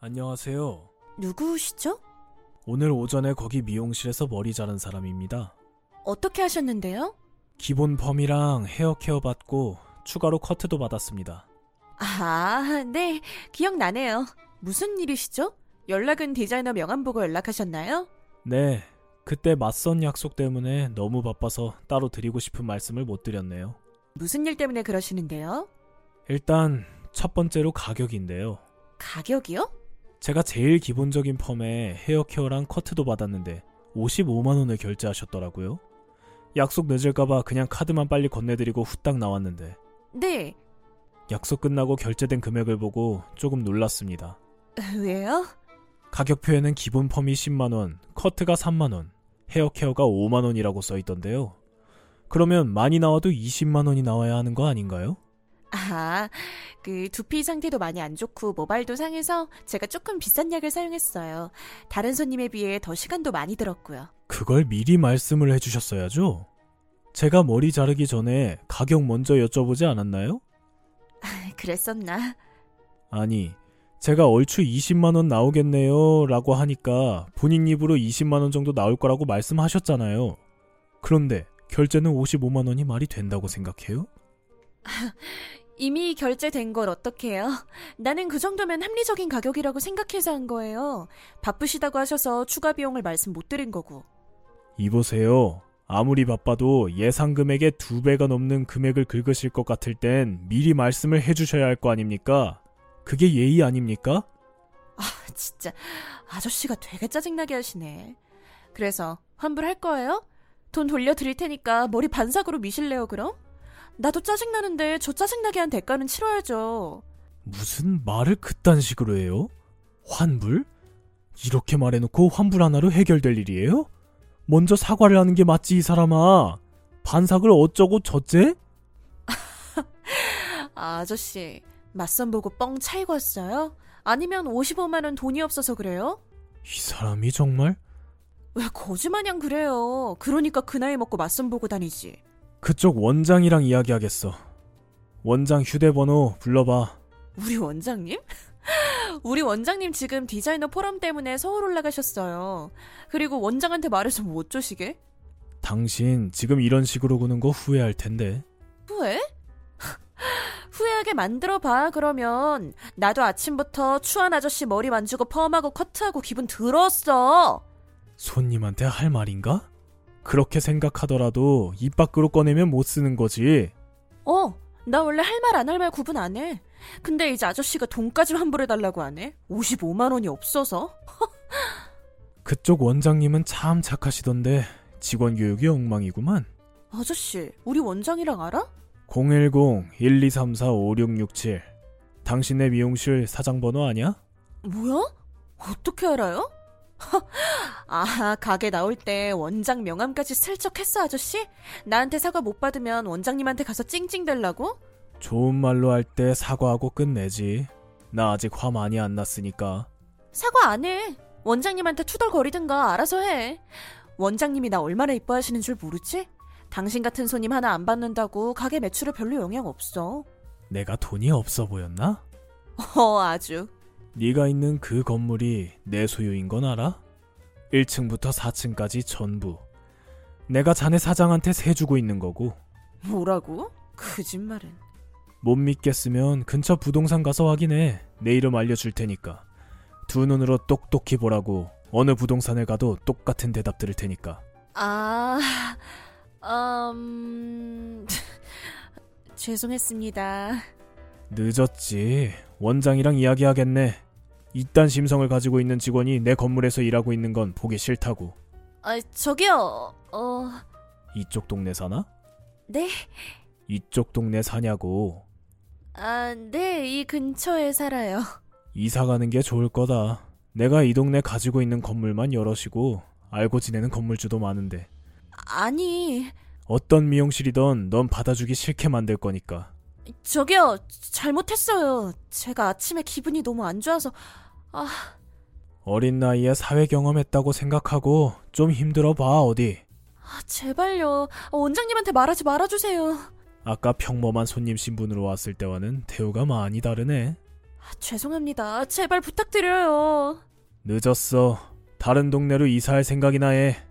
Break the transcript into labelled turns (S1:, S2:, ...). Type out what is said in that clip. S1: 안녕하세요.
S2: 누구시죠?
S1: 오늘 오전에 거기 미용실에서 머리 자른 사람입니다.
S2: 어떻게 하셨는데요?
S1: 기본 펌이랑 헤어 케어 받고 추가로 커트도 받았습니다.
S2: 아, 네. 기억나네요. 무슨 일이시죠? 연락은 디자이너 명함 보고 연락하셨나요?
S1: 네, 그때 맞선 약속 때문에 너무 바빠서 따로 드리고 싶은 말씀을 못 드렸네요.
S2: 무슨 일 때문에 그러시는데요?
S1: 일단 첫 번째로 가격인데요.
S2: 가격이요?
S1: 제가 제일 기본적인 펌에 헤어 케어랑 커트도 받았는데 55만 원을 결제하셨더라고요. 약속 늦을까봐 그냥 카드만 빨리 건네드리고 후딱 나왔는데
S2: 네.
S1: 약속 끝나고 결제된 금액을 보고 조금 놀랐습니다.
S2: 왜요?
S1: 가격표에는 기본 펌이 10만 원, 커트가 3만 원, 헤어 케어가 5만 원이라고 써 있던데요. 그러면 많이 나와도 20만 원이 나와야 하는 거 아닌가요?
S2: 아, 그 두피 상태도 많이 안 좋고 모발도 상해서 제가 조금 비싼 약을 사용했어요. 다른 손님에 비해 더 시간도 많이 들었고요.
S1: 그걸 미리 말씀을 해주셨어야죠. 제가 머리 자르기 전에 가격 먼저 여쭤보지 않았나요?
S2: 그랬었나?
S1: 아니, 제가 얼추 20만 원 나오겠네요 라고 하니까 본인 입으로 20만 원 정도 나올 거라고 말씀하셨잖아요. 그런데 결제는 55만 원이 말이 된다고 생각해요?
S2: 이미 결제된 걸 어떡해요? 나는 그 정도면 합리적인 가격이라고 생각해서 한 거예요. 바쁘시다고 하셔서 추가 비용을 말씀 못 드린 거고.
S1: 이보세요. 아무리 바빠도 예상 금액의 두 배가 넘는 금액을 긁으실 것 같을 땐 미리 말씀을 해주셔야 할 거 아닙니까? 그게 예의 아닙니까?
S2: 아, 진짜 아저씨가 되게 짜증나게 하시네. 그래서 환불할 거예요? 돈 돌려드릴 테니까 머리 반삭으로 미실래요 그럼? 나도 짜증나는데 저 짜증나게 한 대가는 치러야죠.
S1: 무슨 말을 그딴 식으로 해요? 환불? 이렇게 말해놓고 환불 하나로 해결될 일이에요? 먼저 사과를 하는 게 맞지 이 사람아. 반삭을 어쩌고 저째?
S2: 아, 아저씨 맞선 보고 뻥 차이고 왔어요? 아니면 55만 원 돈이 없어서 그래요?
S1: 이 사람이 정말
S2: 왜 거짓마냥 그래요? 그러니까 그 나이 먹고 맞선 보고 다니지.
S1: 그쪽 원장이랑 이야기하겠어. 원장 휴대번호 불러봐.
S2: 우리 원장님? 우리 원장님 지금 디자이너 포럼 때문에 서울 올라가셨어요. 그리고 원장한테 말해서 뭐 못 조시게?
S1: 당신 지금 이런 식으로 구는 거 후회할 텐데.
S2: 후회? 후회하게 만들어봐, 그러면. 나도 아침부터 추한 아저씨 머리 만지고 펌하고 커트하고 기분 들었어.
S1: 손님한테 할 말인가? 그렇게 생각하더라도 입 밖으로 꺼내면 못 쓰는 거지.
S2: 어, 나 원래 할 말 안 할 말 구분 안 해. 근데 이제 아저씨가 돈까지 환불해달라고 하네? 55만 원이 없어서?
S1: 그쪽 원장님은 참 착하시던데 직원 교육이 엉망이구만.
S2: 아저씨, 우리 원장이랑 알아?
S1: 010-1234-5667. 당신네 미용실 사장 번호 아냐?
S2: 뭐야? 어떻게 알아요? 아, 가게 나올 때 원장 명함까지 슬쩍 했어, 아저씨? 나한테 사과 못 받으면 원장님한테 가서 찡찡대려고?
S1: 좋은 말로 할 때 사과하고 끝내지. 나 아직 화 많이 안 났으니까.
S2: 사과 안 해. 원장님한테 투덜거리든가 알아서 해. 원장님이 나 얼마나 이뻐하시는 줄 모르지? 당신 같은 손님 하나 안 받는다고 가게 매출에 별로 영향 없어.
S1: 내가 돈이 없어 보였나?
S2: 어, 아주.
S1: 네가 있는 그 건물이 내 소유인 건 알아? 1층부터 4층까지 전부. 내가 자네 사장한테 세 주고 있는 거고.
S2: 뭐라고? 거짓말은.
S1: 못 믿겠으면 근처 부동산 가서 확인해. 내 이름 알려줄 테니까. 두 눈으로 똑똑히 보라고. 어느 부동산에 가도 똑같은 대답 들을 테니까.
S2: 아, 음, 죄송했습니다.
S1: 늦었지. 원장이랑 이야기하겠네. 이딴 심성을 가지고 있는 직원이 내 건물에서 일하고 있는 건 보기 싫다고.
S2: 아, 저기요, 어,
S1: 이쪽 동네 사나?
S2: 네,
S1: 이쪽 동네 사냐고.
S2: 아, 네, 이 근처에 살아요.
S1: 이사 가는 게 좋을 거다. 내가 이 동네 가지고 있는 건물만 여럿이고 알고 지내는 건물주도 많은데
S2: 아니,
S1: 어떤 미용실이던 넌 받아주기 싫게 만들 거니까.
S2: 저기요, 잘못했어요. 제가 아침에 기분이 너무 안 좋아서,
S1: 어린 나이에 사회 경험했다고 생각하고 좀 힘들어 봐 어디.
S2: 아, 제발요, 어, 원장님한테 말하지 말아주세요.
S1: 아까 평범한 손님 신분으로 왔을 때와는 대우가 많이 다르네.
S2: 죄송합니다. 제발 부탁드려요.
S1: 늦었어. 다른 동네로 이사할 생각이나 해.